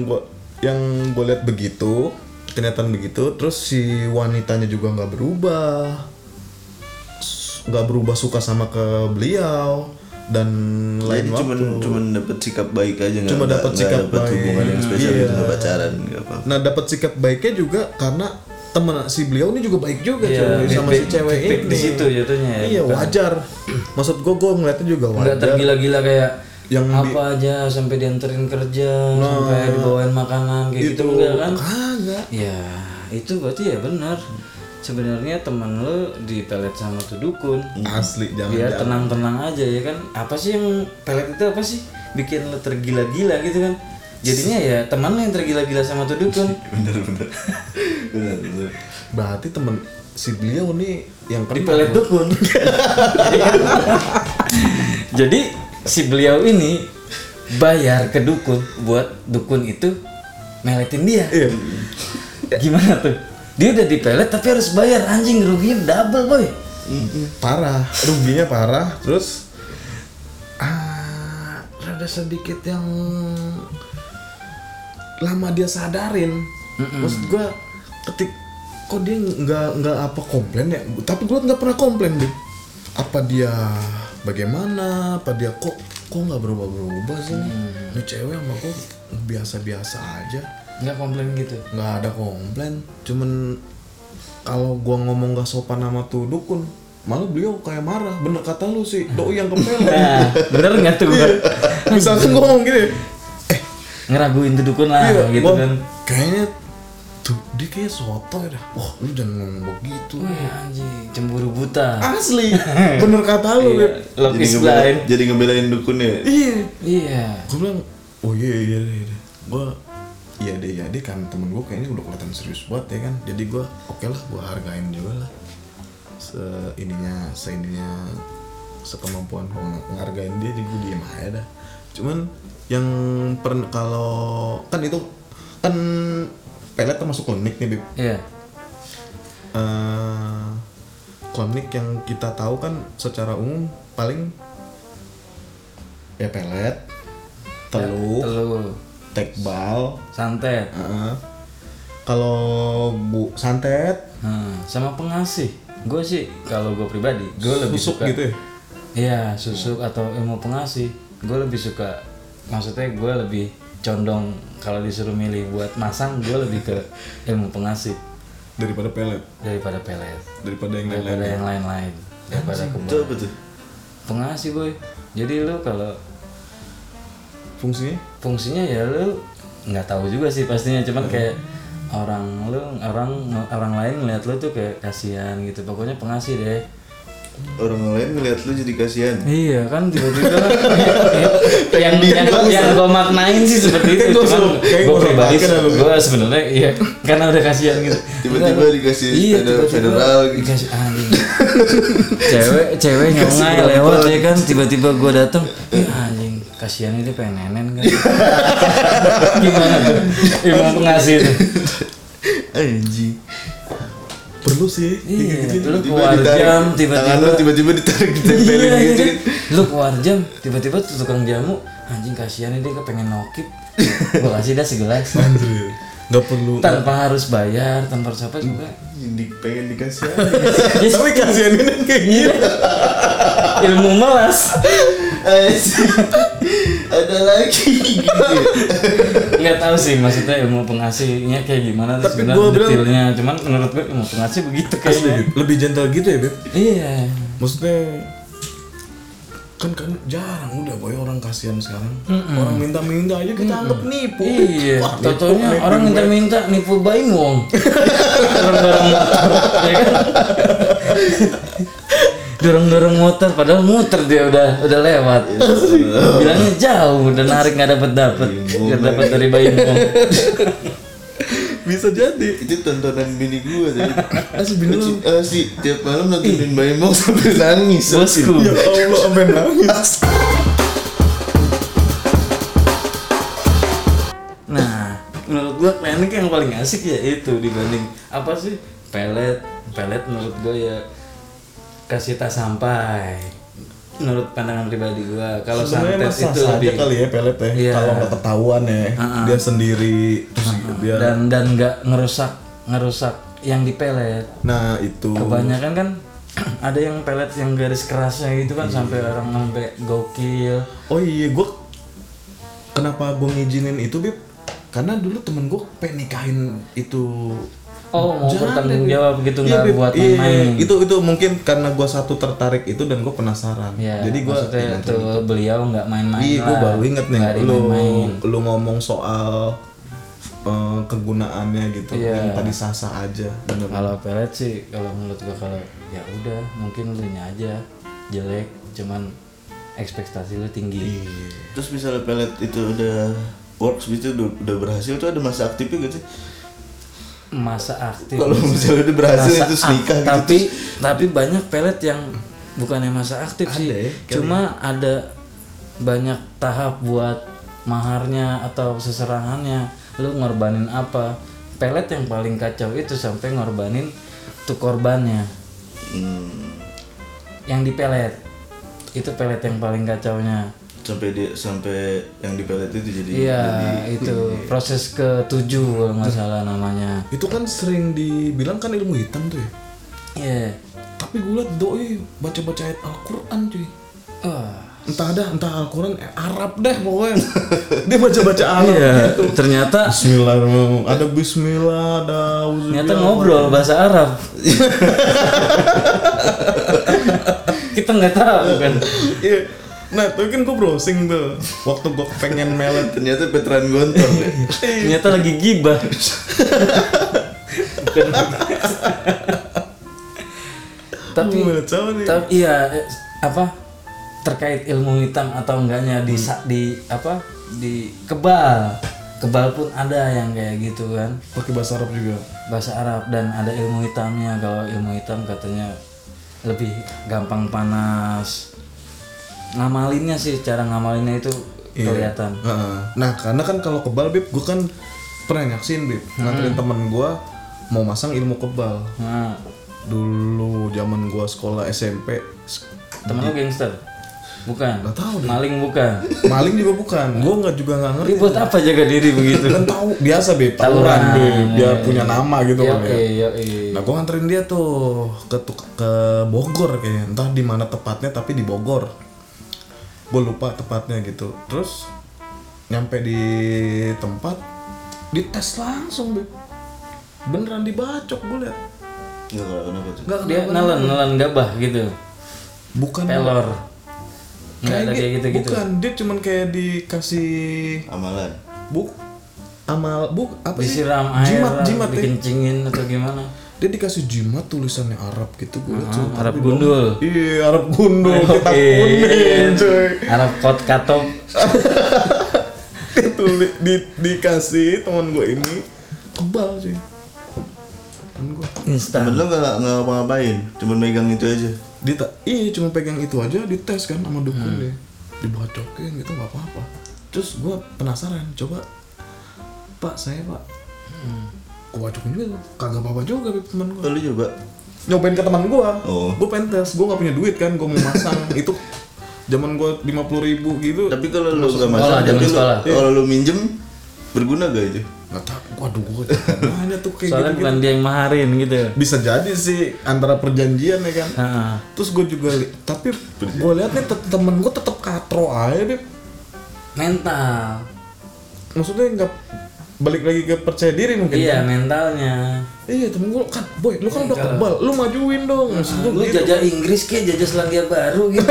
S1: gua yang gue lihat begitu kenyataan begitu terus si wanitanya juga nggak berubah S- nggak berubah suka sama ke beliau dan lain
S2: Jadi
S1: waktu
S2: cuman cuman dapat sikap baik aja nggak
S1: Cuma
S2: nggak-
S1: dapet
S2: nggak
S1: sikap
S2: dapet
S1: baik.
S2: hubungan yang spesial
S1: Iya.
S2: itu nggak pacaran nggak apa
S1: nah dapat sikap baiknya juga karena temen si beliau ini juga baik juga
S3: Iya,
S1: cuy, sama si
S3: feedback-
S1: cewek
S3: feedback
S1: ini
S3: di situ jatuhnya ya,
S1: iya
S3: bukan-
S1: wajar maksud gue gue ngeliatnya juga wajar
S3: Enggak tergila-gila kayak
S1: Yang di-
S3: apa aja sampai dianterin kerja, sampai dibawain makanan kayak gitu enggak kan?
S1: kagak
S3: Ya, itu berarti ya benar. Sebenarnya teman lu dipelet sama tuh dukun.
S1: asli jangan
S3: biar tenang-tenang aja ya kan apa sih yang pelet itu apa sih bikin lo tergila-gila gitu kan jadinya ya teman lo yang tergila-gila sama tuh dukun
S2: bener bener bener bener
S1: Berarti temen si beliau nih yang
S3: di
S1: pernah
S3: pelet dukun jadi si beliau ini bayar ke dukun buat dukun itu meletin dia
S1: Iya.
S3: gimana tuh dia udah dipelet tapi harus bayar anjing ruginya double boy
S1: parah, ruginya parah. Terus ah, rada sedikit yang lama dia sadarin. Maksud gua ketik kok dia nggak nggak apa komplain ya? Tapi gua nggak pernah komplain deh. Apa dia bagaimana? Apa dia kok kok nggak berubah berubah sih? nih? Ini cewek sama gua biasa-biasa aja.
S3: nggak komplain gitu
S1: nggak ada komplain cuman kalau gua ngomong gak sopan sama tuh dukun malah beliau kayak marah bener kata lu sih doi yang kepelet
S3: nah bener nggak tuh
S1: Iya.
S3: gua
S1: misalkan gua ngomong gini eh
S3: ngeraguin tuh dukun lah
S1: iya,
S3: gitu
S1: gua
S3: kan
S1: kayaknya tuh dia kayak soto dah wah lu jangan ngomong begitu
S3: Wih anjing, cemburu buta. Iya,
S1: asli bener kata Ah, lu Beb.
S3: Love
S2: jadi
S3: is
S2: ngebelain
S3: blind.
S2: jadi ngebelain dukun ya
S1: iya
S3: Iya.
S1: gua bilang oh iya iya iya, iya. gua iya deh iya deh kan temen gua kayaknya udah kelihatan serius banget ya kan jadi gua oke lah gua hargain juga lah seininya seininya sekemampuan gua ng- ngehargain dia jadi gua diem aja dah cuman yang pernah kalau kan itu kan pelet termasuk klinik nih Bib
S3: Iya.
S1: eh klinik yang kita tahu kan secara umum paling ya pelet, teluk,
S3: Telu,
S1: tekbal,
S3: santet.
S1: eh, kalau bu santet,
S3: Hmm, sama pengasih. Gue sih kalau gue pribadi, gue lebih
S1: susuk
S3: suka
S1: gitu ya.
S3: Iya, susuk atau ilmu pengasih. Gue lebih suka maksudnya gue lebih condong kalau disuruh milih buat masang gue lebih ke ilmu pengasih
S1: daripada pelet,
S3: daripada pelet
S1: daripada yang
S3: daripada
S1: lain-lain.
S3: yang lain-lain daripada
S2: itu
S3: kebun
S2: apa tuh
S3: pengasih boy jadi lu kalau
S1: Fungsinya?
S3: fungsinya ya lu nggak tahu juga sih pastinya cuman kayak orang lu orang orang lain ngeliat lu tuh kayak kasihan gitu pokoknya pengasih deh
S2: orang lain ngeliat lu jadi kasihan
S3: iya kan tiba-tiba yang yang, yang gue maknain sih seperti itu
S1: Gua suruh-
S3: cuman
S1: kayak
S3: gue
S1: gua suruh
S3: pribadi
S1: makan apa
S3: gue sebenarnya iya karena udah kasihan gitu
S2: Tiba-tiba dikasih
S3: iya,
S2: sepeda
S3: tiba-tiba
S2: federal gitu.
S3: dikasih anjing cewek cewek nyongai lewat ya kan tiba-tiba gue dateng "Ih, anjing kasihan itu pengen nenen kan gimana tuh ilmu pengasih itu
S2: anjing
S1: Perlu sih.
S3: iya lu
S2: Tiba-tiba
S3: keluar jam
S2: ditarik, tangan
S3: tiba-tiba
S2: lu tiba-tiba ditarik ditempelin
S3: iya, iya
S2: gitu
S3: kan? lu keluar jam tiba-tiba tuh tukang jamu anjing kasihan ini dia pengen nokip gue kasih dah segelas
S1: Anjir. Gak perlu.
S3: tanpa harus bayar tanpa harus apa juga
S2: Jadi pengen dikasih
S3: Yes,
S1: Tapi kasihan ini kan gitu. kayak gini.
S3: ilmu melas
S2: anjing ada lagi
S3: nggak tahu sih maksudnya ilmu pengasihnya kayak gimana tuh
S1: Tapi
S3: sebenarnya
S1: gua bilang-
S3: detailnya cuman menurut gue ilmu pengasih begitu
S1: Asli,
S3: kayaknya
S1: Beb. lebih gentle gitu ya beb
S3: iya
S1: maksudnya kan kan jarang udah boy orang kasihan sekarang orang minta-minta aja kita anggap nipu
S3: iya
S1: Wah, nipu,
S3: totonya
S1: nipu,
S3: orang
S1: nipu.
S3: minta-minta nipu bayi wong dorong-dorong motor ya kan dorong-dorong motor padahal muter dia udah udah lewat bilangnya jauh udah narik nggak dapat dapat
S1: Iya,
S3: nggak dapat dari bayi wong
S1: bisa jadi
S2: itu tontonan bini gue tadi
S3: Ah,
S1: Asli, bini lu.
S2: Kucing- eh, si tiap malam nontonin Mbak Imong sampai nangis
S3: bosku
S1: ya allah sampai nangis
S3: Nah, menurut gua klinik yang paling asik ya itu dibanding apa sih pelet. Pelet menurut gua ya kasih tak sampai. Menurut pandangan pribadi gua, kalau
S1: sebenarnya
S3: santet
S1: sah
S3: itu
S1: aja
S3: lebih
S1: kali ya pelet ya
S3: Iya.
S1: kalau nggak ketahuan ya dia sendiri terus dia
S3: dan dan nggak ngerusak ngerusak yang di pelet.
S1: nah itu
S3: Kebanyakan kan ada yang pelet yang garis kerasnya gitu
S1: Iya.
S3: kan sampai orang sampai gokil.
S1: oh iya gue kenapa gue ngizinin itu bib karena dulu temen gue pengen nikahin itu
S3: Oh, mau
S1: Jangan,
S3: bertanggung
S1: Beb.
S3: jawab gitu
S1: Iya,
S3: nggak
S1: Beb.
S3: buat
S1: Iya,
S3: main-main.
S1: itu itu mungkin karena gue satu tertarik itu dan gue penasaran
S3: Ya,
S1: jadi gue
S3: maksudnya tuh beliau nggak main-main.
S1: iya gue
S3: lah.
S1: baru inget nih
S3: Nggak
S1: lu
S3: dimain-main.
S1: lu ngomong soal eh, kegunaannya gitu
S3: Iya.
S1: yang tadi sah sah aja bener
S3: Kalau pelet sih, kalau menurut gua kalau ya udah mungkin lu nya aja jelek, cuman ekspektasi lu tinggi.
S1: Iya.
S2: terus misalnya pelet itu udah works gitu udah, udah berhasil tuh ada masa aktifnya gitu
S3: Masa aktif.
S2: kalau misalnya udah berhasil
S3: Masa
S2: itu
S3: ak-
S2: nikah gitu
S3: Tapi tapi banyak pelet yang bukannya masa aktif sih.
S1: Ada ya,
S2: gitu.
S3: Cuma ada banyak tahap buat maharnya atau seserangannya. Lu ngorbanin apa? Pelet yang paling kacau itu sampai ngorbanin tuh korbannya.
S2: Hmm,
S3: yang di pelet itu pelet yang paling kacaunya
S2: sampai dia sampai yang di pelet itu jadi
S3: iya
S2: jadi-
S3: itu proses ketujuh kalau nggak salah namanya
S1: itu kan sering dibilang kan ilmu hitam tuh ya
S3: iya
S1: tapi gue liat doi baca baca ayat Al-Quran cuy
S3: Wah.
S1: entah dah entah Al-Quran eh, Arab deh pokoknya dia baca baca Arab
S3: iya ternyata
S1: Bismillahirrahmanirrahim ada Bismillah ada Uzu-
S3: ternyata ngobrol bahasa Arab kita nggak tahu kan
S1: Iya. nah tapi kan gue browsing tuh waktu gue pengen melet
S2: ternyata Petran Gontor ya.
S3: ternyata lagi gibah Bukan. tapi
S1: Melet sama nih
S3: Tapi iya eh, apa terkait ilmu hitam atau enggaknya di sa- di apa di kebal kebal pun ada yang kayak gitu kan
S1: pakai bahasa Arab juga
S3: bahasa Arab dan ada ilmu hitamnya kalau ilmu hitam katanya lebih gampang panas ngamalinnya sih cara ngamalinnya itu
S1: Iya.
S3: kelihatan
S1: Heeh. Nah, karena kan kalau kebal bib, gue kan pernah nyaksin bib, nganterin
S3: Hmm.
S1: temen gue mau masang ilmu kebal.
S3: nah
S1: Dulu zaman gue sekolah SMP, s-
S3: temen lu gangster bukan
S1: Nggak tahu deh.
S3: maling bukan
S1: maling juga bukan, gue nggak juga nggak ngerti.
S3: Ih, buat apa jaga diri begitu
S1: Kan tahu biasa bib, tawuran
S3: Tawuran,
S1: bib, biar
S3: iya.
S1: punya nama gitu
S3: Iya,
S1: kan ya.
S3: iya,
S1: Nah, gue nganterin dia tuh ke tuk- ke Bogor kayaknya, entah di mana tepatnya tapi di Bogor. Gue lupa tepatnya gitu. Terus nyampe di tempat dites langsung, Beb. Beneran dibacok gue liat.
S2: Nggak kalau kenapa tuh
S1: Nggak
S3: dia nelen nelen gabah gitu
S1: bukan
S3: pelor nggak ada
S1: gi-
S3: kayak gitu gitu
S1: Bukan, dia cuman kayak dikasih
S2: amalan
S1: buk amal buk apa sih?
S3: disiram air
S1: jimat
S3: lah,
S1: jimat ya.
S3: dikencingin atau gimana
S1: Dia dikasih jimat tulisannya Arab gitu gue liat. cuy.
S3: Ah, Arab Iya, gundul
S1: Iya, Arab gundul, kita kuning,
S3: iya.
S1: cuy.
S3: Arab kot katop
S1: Dituli, di, dikasih teman gue ini kebal cuy temen gue
S3: instan
S2: temen lo nggak nggak ngapa-ngapain cuman megang itu aja
S1: dia tak iya cuma pegang itu aja dites kan sama dukun deh dibacokin gitu nggak apa-apa terus gue penasaran coba pak saya pak gue bacokin juga tuh. kagak apa-apa juga Beb, temen gue
S2: Oh, lo coba
S1: nyobain ke teman gue
S2: Oh.
S1: gue pengen tes gue nggak punya duit kan gue mau masang itu zaman gue lima puluh ribu gitu
S2: tapi kalau lo nggak masalah
S3: sekolah, zaman
S2: tapi lo
S3: sekolah.
S2: kalau lo minjem berguna gak itu
S1: nggak tahu waduh gue mana tuh kayak
S3: soalnya
S1: gitu-gitu.
S3: bukan dia yang maharin gitu
S1: bisa jadi sih antara perjanjian ya kan
S3: Heeh.
S1: terus gue juga li- tapi gue lihat nih te- temen gue tetap katro aja deh
S3: mental
S1: maksudnya nggak balik lagi ke percaya diri mungkin
S3: iya
S1: kan?
S3: mentalnya
S1: iya temen gue kan boy lu kan udah
S3: Kalau-
S1: kebal lu majuin dong maksud
S3: Nah, lu
S1: gue gitu.
S3: jajah Inggris kayak jajah Selandia Baru gitu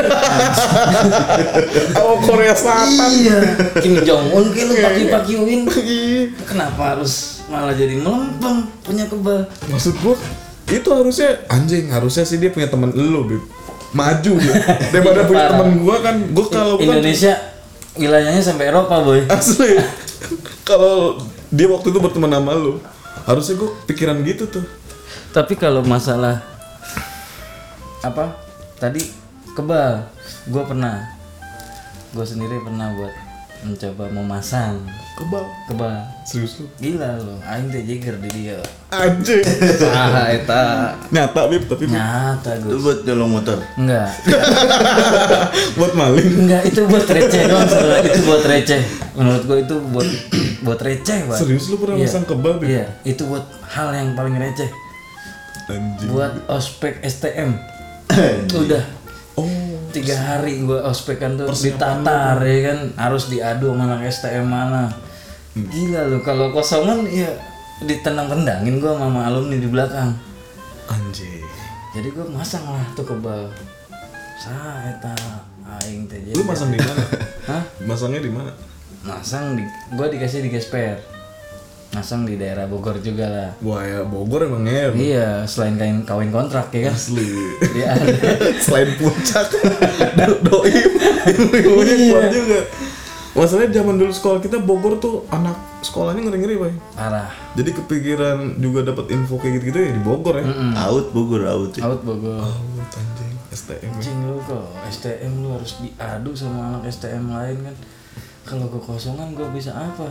S1: oh Korea Selatan
S3: iya Kim Jong Un kayak lu paki pakiuin
S1: Iya.
S3: kenapa harus malah jadi melempem punya kebal
S1: maksud gue itu harusnya anjing harusnya sih dia punya temen lu Bib. maju dia daripada
S3: Iya,
S1: punya
S3: parah.
S1: temen gue kan gue kalau kan
S3: Indonesia wilayahnya sampai Eropa boy
S1: asli kalau dia waktu itu berteman sama lu harusnya gue pikiran gitu tuh
S3: tapi kalau masalah apa tadi kebal gue pernah gue sendiri pernah buat mencoba memasang
S1: kebal
S3: kebal
S1: serius lu
S3: gila lo aing teh jigger di dia
S1: anjing
S3: ah eta
S1: nyata Bib tapi Bib.
S3: nyata
S2: Itu
S3: gue
S2: buat nyolong motor.
S3: enggak
S1: buat maling
S3: enggak itu buat receh doang sebenarnya. itu buat receh menurut gue itu buat buat receh Pak.
S1: serius lu pernah
S3: Iya.
S1: masang kebal Bib?
S3: iya itu buat hal yang paling receh
S1: anjing
S3: buat ospek STM Eh, udah
S1: oh
S3: tiga hari gue ospekan tuh ditatar ya kan harus diadu mana STM mana
S1: Hmm.
S3: gila lu kalau kosongan ya ditenang tendangin gue sama alumni di belakang
S1: anjing
S3: jadi gue masang lah tuh kebal saya aing teh
S1: lu
S3: jadi-
S1: masang di mana
S3: Hah?
S1: masangnya di mana
S3: masang di gue dikasih di gesper masang di daerah Bogor juga lah
S1: wah ya Bogor emang ngewe
S3: iya selain kain kawin kontrak ya kan
S1: asli
S3: dia ada
S1: selain puncak do- doi ilmunya
S3: Iya.
S1: kuat juga masalahnya zaman dulu sekolah kita Bogor tuh anak sekolahnya ngeri ngeri pak
S3: parah
S1: jadi kepikiran juga dapat info kayak gitu gitu ya di Bogor ya
S3: Hmm.
S2: Out Bogor out. Ya.
S3: out Bogor
S1: Oh, anjing STM ya.
S3: Anjing lu kok STM lu harus diadu sama anak STM lain kan kalau kekosongan gue bisa apa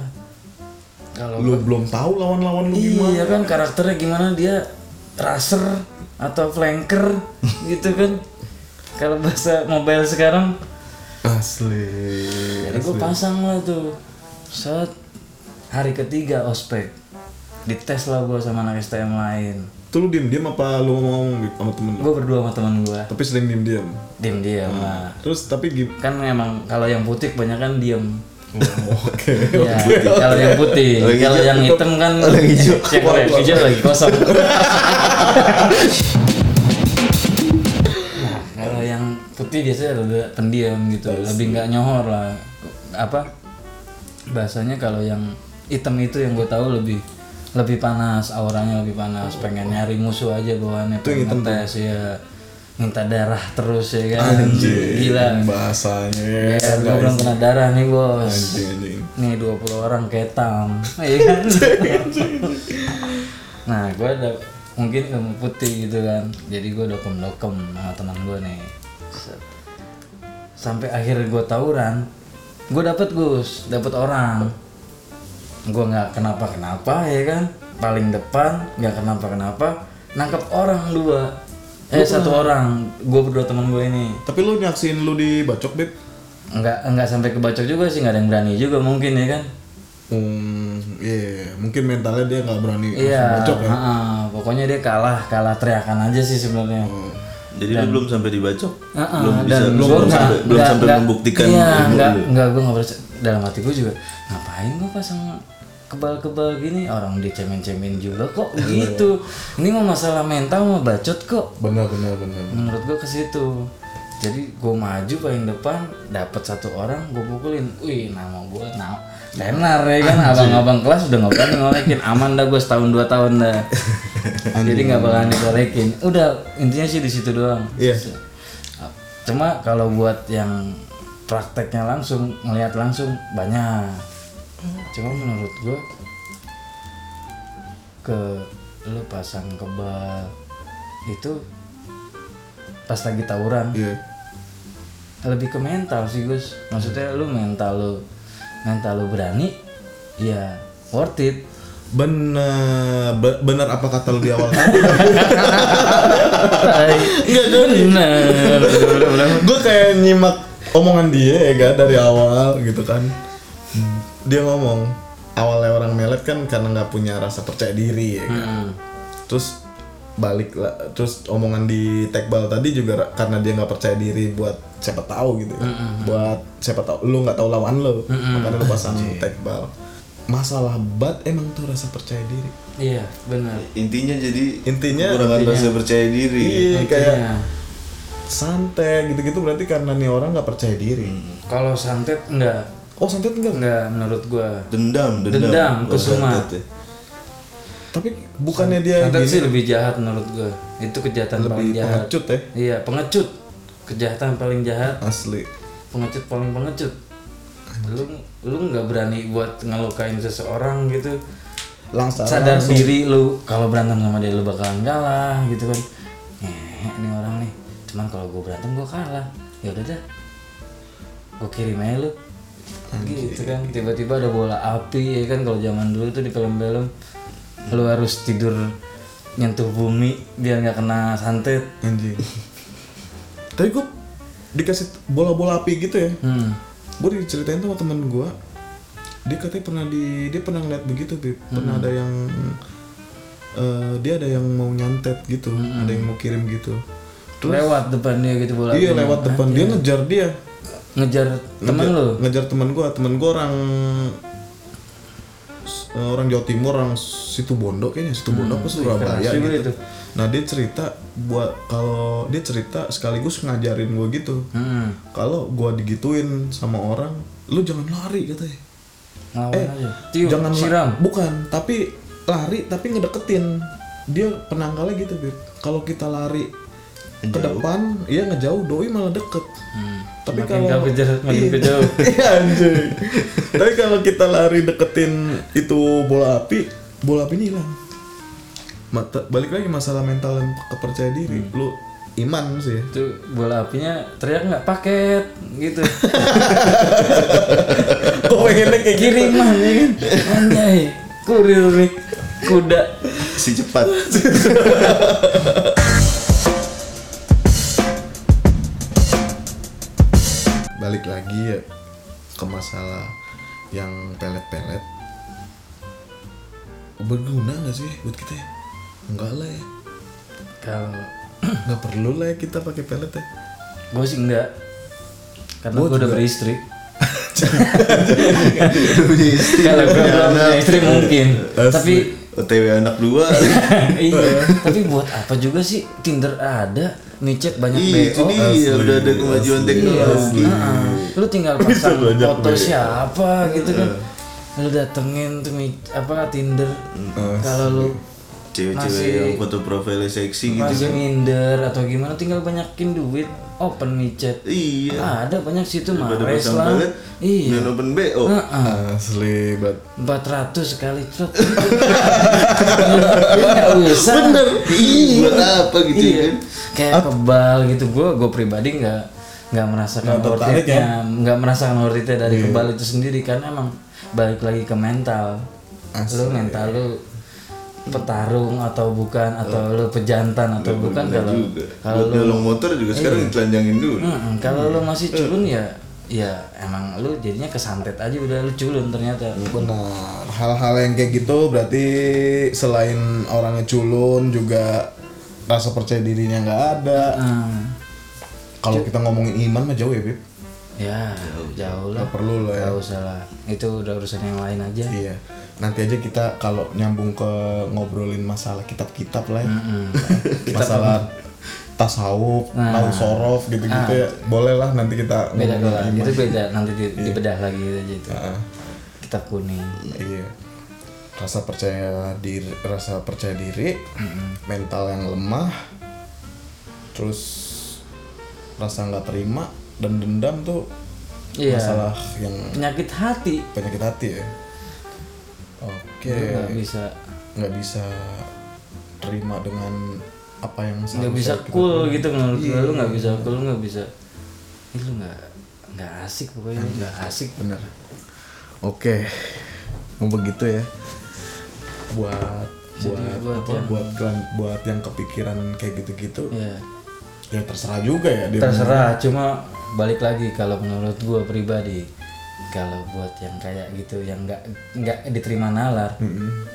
S3: kalau
S1: lu belum tahu lawan-lawan lu gitu. gimana
S3: iya kan karakternya gimana dia tracer atau flanker gitu kan kalau bahasa mobile sekarang
S1: asli
S3: jadi gue pasang lah tuh saat hari ketiga ospek dites lah gue sama anak STM lain
S1: tuh lu diem diem apa lu ngomong Bib, sama temen lu
S3: gue berdua sama teman gue
S1: tapi sering diem diem
S3: diem diem lah
S1: terus tapi gim
S3: kan emang kalau yang putih kebanyakan diem
S1: Oh, oke
S3: Iya, kalau yang putih,
S2: Orang
S3: kalau
S2: hijau
S3: yang
S2: tutup.
S3: hitam kan
S2: Orang hijau.
S3: yang kalau yang hijau lagi kosong. nah, kalau yang putih biasanya rada pendiam gitu, lebih nggak nyohor lah. Apa? Bahasanya kalau yang hitam itu yang gue tahu lebih lebih panas, auranya lebih panas, pengen nyari musuh aja bawaannya, pengen ngetes ya minta darah terus ya kan gila
S1: bahasanya
S3: Ya, gue belum kena darah nih bos
S1: anjing anjing
S3: nih 20 orang ketam iya kan nah gue ada mungkin ilmu putih gitu kan jadi gue dokem dokem sama teman gue nih Set. sampai akhir gue tawuran gue dapet gus dapet orang gue nggak kenapa kenapa ya kan paling depan nggak kenapa kenapa nangkep orang dua eh satu orang gue berdua teman gue ini
S1: tapi lu nyaksiin lu di bacok bib
S3: nggak nggak sampai kebacok juga sih nggak ada yang berani juga mungkin ya kan
S1: Hmm, iya, mungkin mentalnya dia nggak berani langsung
S3: iya
S1: bacok ya.
S3: heeh. pokoknya dia kalah kalah teriakan aja sih sebenarnya
S2: Jadi lu belum sampai dibacok.
S3: Heeh,
S2: belum bisa
S3: Ah, dan
S2: belum,
S3: gua
S2: belum
S3: nggak-
S2: sampai belum
S3: nggak-
S2: sampai
S3: nggak-
S2: membuktikan
S3: iya
S2: ilmu
S3: nggak
S2: lu.
S3: nggak gue nggak percaya dalam hati gue juga ngapain gue pasang kebal-kebal gini orang dicemen-cemen juga kok gitu
S2: Iya.
S3: ini mah masalah mental mah bacot kok
S1: Benar, benar, benar.
S3: menurut gue ke situ jadi gue maju paling depan dapat satu orang gue pukulin wih nama gue nah tenar ya kan abang-abang kelas udah nggak berani ngolekin aman dah gue setahun dua tahun dah jadi nggak bakalan dikolekin udah intinya sih di situ doang
S1: Iya.
S3: cuma kalau buat yang prakteknya langsung ngelihat langsung banyak cuma menurut gue ke lu pasang kebal itu pas lagi tawuran
S1: Iya.
S3: lebih ke mental sih Gus maksudnya lu mental lu mental lu berani ya worth it
S1: Benar, be- benar apa kata lu di awal tadi?
S3: Iya bener
S1: gue kayak nyimak omongan dia ya kan dari awal gitu kan. Dia ngomong awalnya orang melet kan karena nggak punya rasa percaya diri ya kan.
S3: Hmm.
S1: Terus balik lah terus omongan di Tekbal tadi juga ra- karena dia nggak percaya diri buat siapa tahu gitu ya. buat siapa tahu lu nggak tahu lawan lo makanya lu pasang Tekbal masalah bat emang tuh rasa percaya diri
S3: Iya, benar.
S2: intinya jadi
S1: Intinya-
S2: kekurangan
S3: intinya.
S2: rasa percaya diri
S1: Iya, kayak
S3: Iya.
S1: santet gitu-gitu berarti karena nih orang nggak percaya diri
S3: Kalau santet enggak,
S1: oh santet enggak
S3: enggak menurut gua.
S2: dendam dendam,
S3: Dendam,
S2: Kalau
S3: Kusuma.
S2: santet ya.
S1: tapi bukannya dia
S3: Santet sih
S1: gini,
S3: lebih jahat menurut gua. Itu kejahatan paling
S1: lebih
S3: jahat.
S1: pengecut ya
S3: Iya, pengecut. Kejahatan paling jahat,
S1: asli
S3: pengecut paling pengecut. Lu lu nggak berani buat ngelukain seseorang gitu.
S1: langsung
S3: Sadar diri lu kalau berantem sama dia lu bakalan kalah gitu kan. Ngehe nih orang nih. Cuman kalau gua berantem gua kalah. Ya udah dah. Gua kirim aja lu. Gitu kan tiba-tiba ada bola api ya kan kalau zaman dulu tuh di film-film lu harus tidur nyentuh bumi biar nggak kena santet.
S1: anjing tapi gue dikasih bola-bola api gitu ya
S3: Hmm.
S1: gue diceritain tuh sama temen gue dia katanya pernah di dia pernah ngeliat begitu Bib. pernah ada yang eh, dia ada yang mau nyantet gitu ada yang mau kirim gitu
S3: lewat depan dia gitu
S1: dia
S3: bola api.
S1: Iya, lewat depan dia ngejar dia
S3: ngejar temen lu.
S1: ngejar Iya, teman gue teman gue orang s- eh, orang Jawa Timur orang Situbondo kayaknya Situbondo apa Surabaya
S3: keras juga
S1: gitu
S3: itu.
S1: nah dia cerita buat kalau dia cerita sekaligus ngajarin gue gitu
S3: Hmm.
S1: kalau gua digituin sama orang lu jangan lari katanya
S3: Ngelawan aja. Tiup,
S1: Eh, jangan la-
S3: siram.
S1: bukan tapi lari tapi ngedeketin dia penangkalnya gitu Beb. kalau kita lari ke depan iya ngejauh doi malah deket tapi
S3: Hmm. Makin
S1: kalau
S3: kau kejar, makin ke jauh.
S1: Iya, anjay. tapi kalau kita lari deketin itu bola api bola apinya hilang Mata, balik lagi masalah mental dan kepercaya diri
S3: Hmm.
S1: lu iman sih
S3: Itu bola apinya teriak nggak paket gitu.
S1: Gua pengennya kayak gitu.
S3: Kiriman ya kan. Anjay. Kurir nih. Kuda.
S2: si cepat
S1: balik lagi ya ke masalah yang pelet-pelet berguna nggak sih buat kita ya? enggak lah ya
S3: Kalau
S1: nggak perlu lah ya kita pakai pelet ya
S3: gue sih enggak. Karena gue udah beristri.
S2: punya istri
S3: Kalau gue
S2: punya
S3: belum
S2: anak.
S3: punya istri mungkin.
S1: Asli.
S3: Tapi
S2: otw anak dua
S3: iya. Tapi buat apa juga sih Tinder ada, micet banyak
S2: iya itu
S3: BO.
S2: dia udah ada kemajuan teknologi
S3: oh, Nah, lu tinggal pasang
S1: banyak
S3: foto
S1: gue.
S3: siapa gitu kan.
S2: Iya.
S3: Lu datengin tuh mi- apa Tinder. Kalau lu
S2: cewek-cewek
S3: Masih-
S2: yang foto profilnya seksi gitu
S3: masih minder atau gimana tinggal banyakin duit open micet.
S2: iya
S3: Ada banyak situ
S2: pada
S3: Mares
S2: pasang
S3: lah.
S2: pelet
S3: Iya.
S2: dan open Oh. bo
S3: Heeh.
S1: asli banget
S3: 400 sekali cok. Lu nggak usah.
S2: iya buat apa gitu ya kan
S3: kayak kebal gitu gue gue pribadi nggak nggak merasakan
S1: Nggak tertarik
S3: worth it-nya. nggak merasakan worth it-nya dari kebal itu sendiri karena emang balik lagi ke mental lu mental lu petarung atau bukan atau lu pejantan atau bukan kalau
S2: juga
S3: kalau Iya. Nah.
S2: buat nyolong motor juga sekarang ditelanjangin dulu
S3: Mm-mm, Hmm, kalau lu masih culun ya ya emang lu jadinya kesantet aja udah lu culun ternyata
S1: Hmm. benar hal-hal yang kayak gitu berarti selain orangnya culun juga rasa percaya dirinya nggak ada
S3: Hmm.
S1: kalau kita ngomongin iman mah jauh ya Bib
S3: ya jauh lah
S1: nggak perlu lah ya
S3: nggak usah lah itu udah urusan yang lain aja
S1: Iya. Nanti aja kita kalau nyambung ke ngobrolin masalah kitab-kitab lah ya. masalah tasawuf,
S3: Nah. Ah.
S1: nah. sorof gitu-gitu ya. Boleh lah nanti kita
S3: beda
S1: ngobrolin
S3: kelas
S1: iman.
S3: itu beda nanti di, dibedah lagi gitu aja itu
S1: Heeh.
S3: kitab kuning
S1: Iya. Rasa percaya diri, rasa percaya diri, mental yang lemah, terus rasa nggak terima dan dendam tuh
S3: Iya.
S1: masalah yang
S3: penyakit hati
S1: penyakit hati ya. Oke.
S3: Lu nggak bisa
S1: nggak bisa terima dengan apa yang
S3: nggak bisa
S1: seharusnya kita- Iya.
S3: cool gitu menurut gue lu nggak bisa cool lu nggak bisa Ih, lu nggak nggak asik pokoknya lu nggak asik
S1: bener oke mau begitu ya buat
S3: Jadi
S1: buat
S3: buat
S1: apa,
S3: yang-
S1: buat kelan- buat yang kepikiran kayak gitu-gitu
S3: ya
S1: ya terserah juga ya dia
S3: terserah cuma balik lagi kalau menurut gue pribadi kalau buat yang kayak gitu yang nggak nggak diterima nalar
S1: Mm-mm.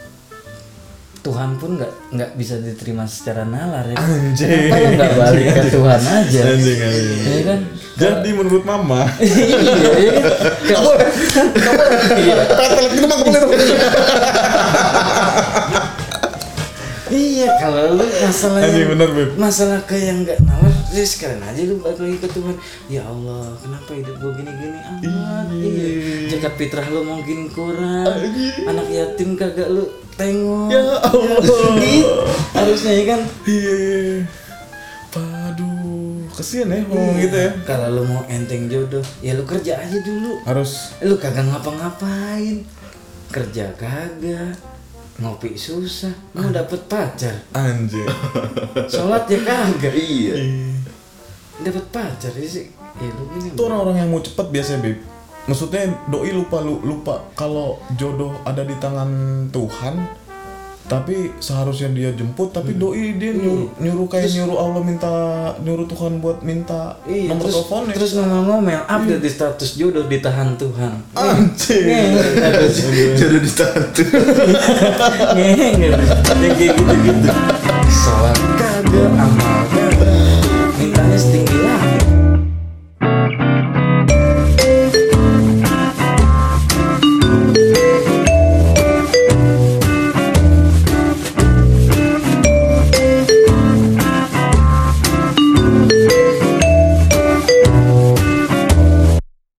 S3: Tuhan pun nggak nggak bisa diterima secara nalar ya.
S1: Anjing.
S3: Kenapa lo nggak balik ke Tuhan aja?
S1: Anjing, anjing.
S3: Ya kan?
S1: Iya, Jadi menurut mama,
S3: iya, iya kan? Kamu, kamu, iya.
S1: petelet itu mah kebelet.
S3: Iya, kalau lu masalah
S1: Anjing, bener, Beb.
S3: masalah ke yang nggak nalar, ya sekalian aja lu balik lagi ke Tuhan. Ya Allah, kenapa hidup gua gini-gini amat? Iya. Jakat fitrah lu mungkin kurang. Anak yatim kagak lu tengok.
S1: Ya Allah.
S3: Gitu. Harusnya ya kan.
S1: Iya. Waduh, kesian ya ngomong gitu ya.
S3: Kalau lu mau enteng jodoh, ya lu kerja aja dulu.
S1: Harus
S3: Lu kagak ngapa-ngapain. Kerja kagak. Ngopi susah, mau dapet pacar.
S1: anjing.
S3: Sholat ya kagak.
S2: iya
S3: dapat pacar ya sih ya lu ini
S1: Itu orang-orang yang mau cepet biasanya, Bib. Maksudnya doi lupa lu lupa kalau jodoh ada di tangan Tuhan tapi seharusnya dia jemput tapi
S3: Hmm.
S1: doi dia nyuruh nyuruh kayak nyuruh Allah minta nyuruh Tuhan buat minta
S3: iya
S1: nomor
S3: terus
S1: teleponnya
S3: terus ngomel-ngomel update di status jodoh ditahan Tuhan
S1: anjing
S3: Ngeng, Iya.
S2: jadi ditahan tuh
S3: ngeng, ngeng. Iya, Ya kayak gitu gitu sholat kagak amal kagak mintanya setinggi lah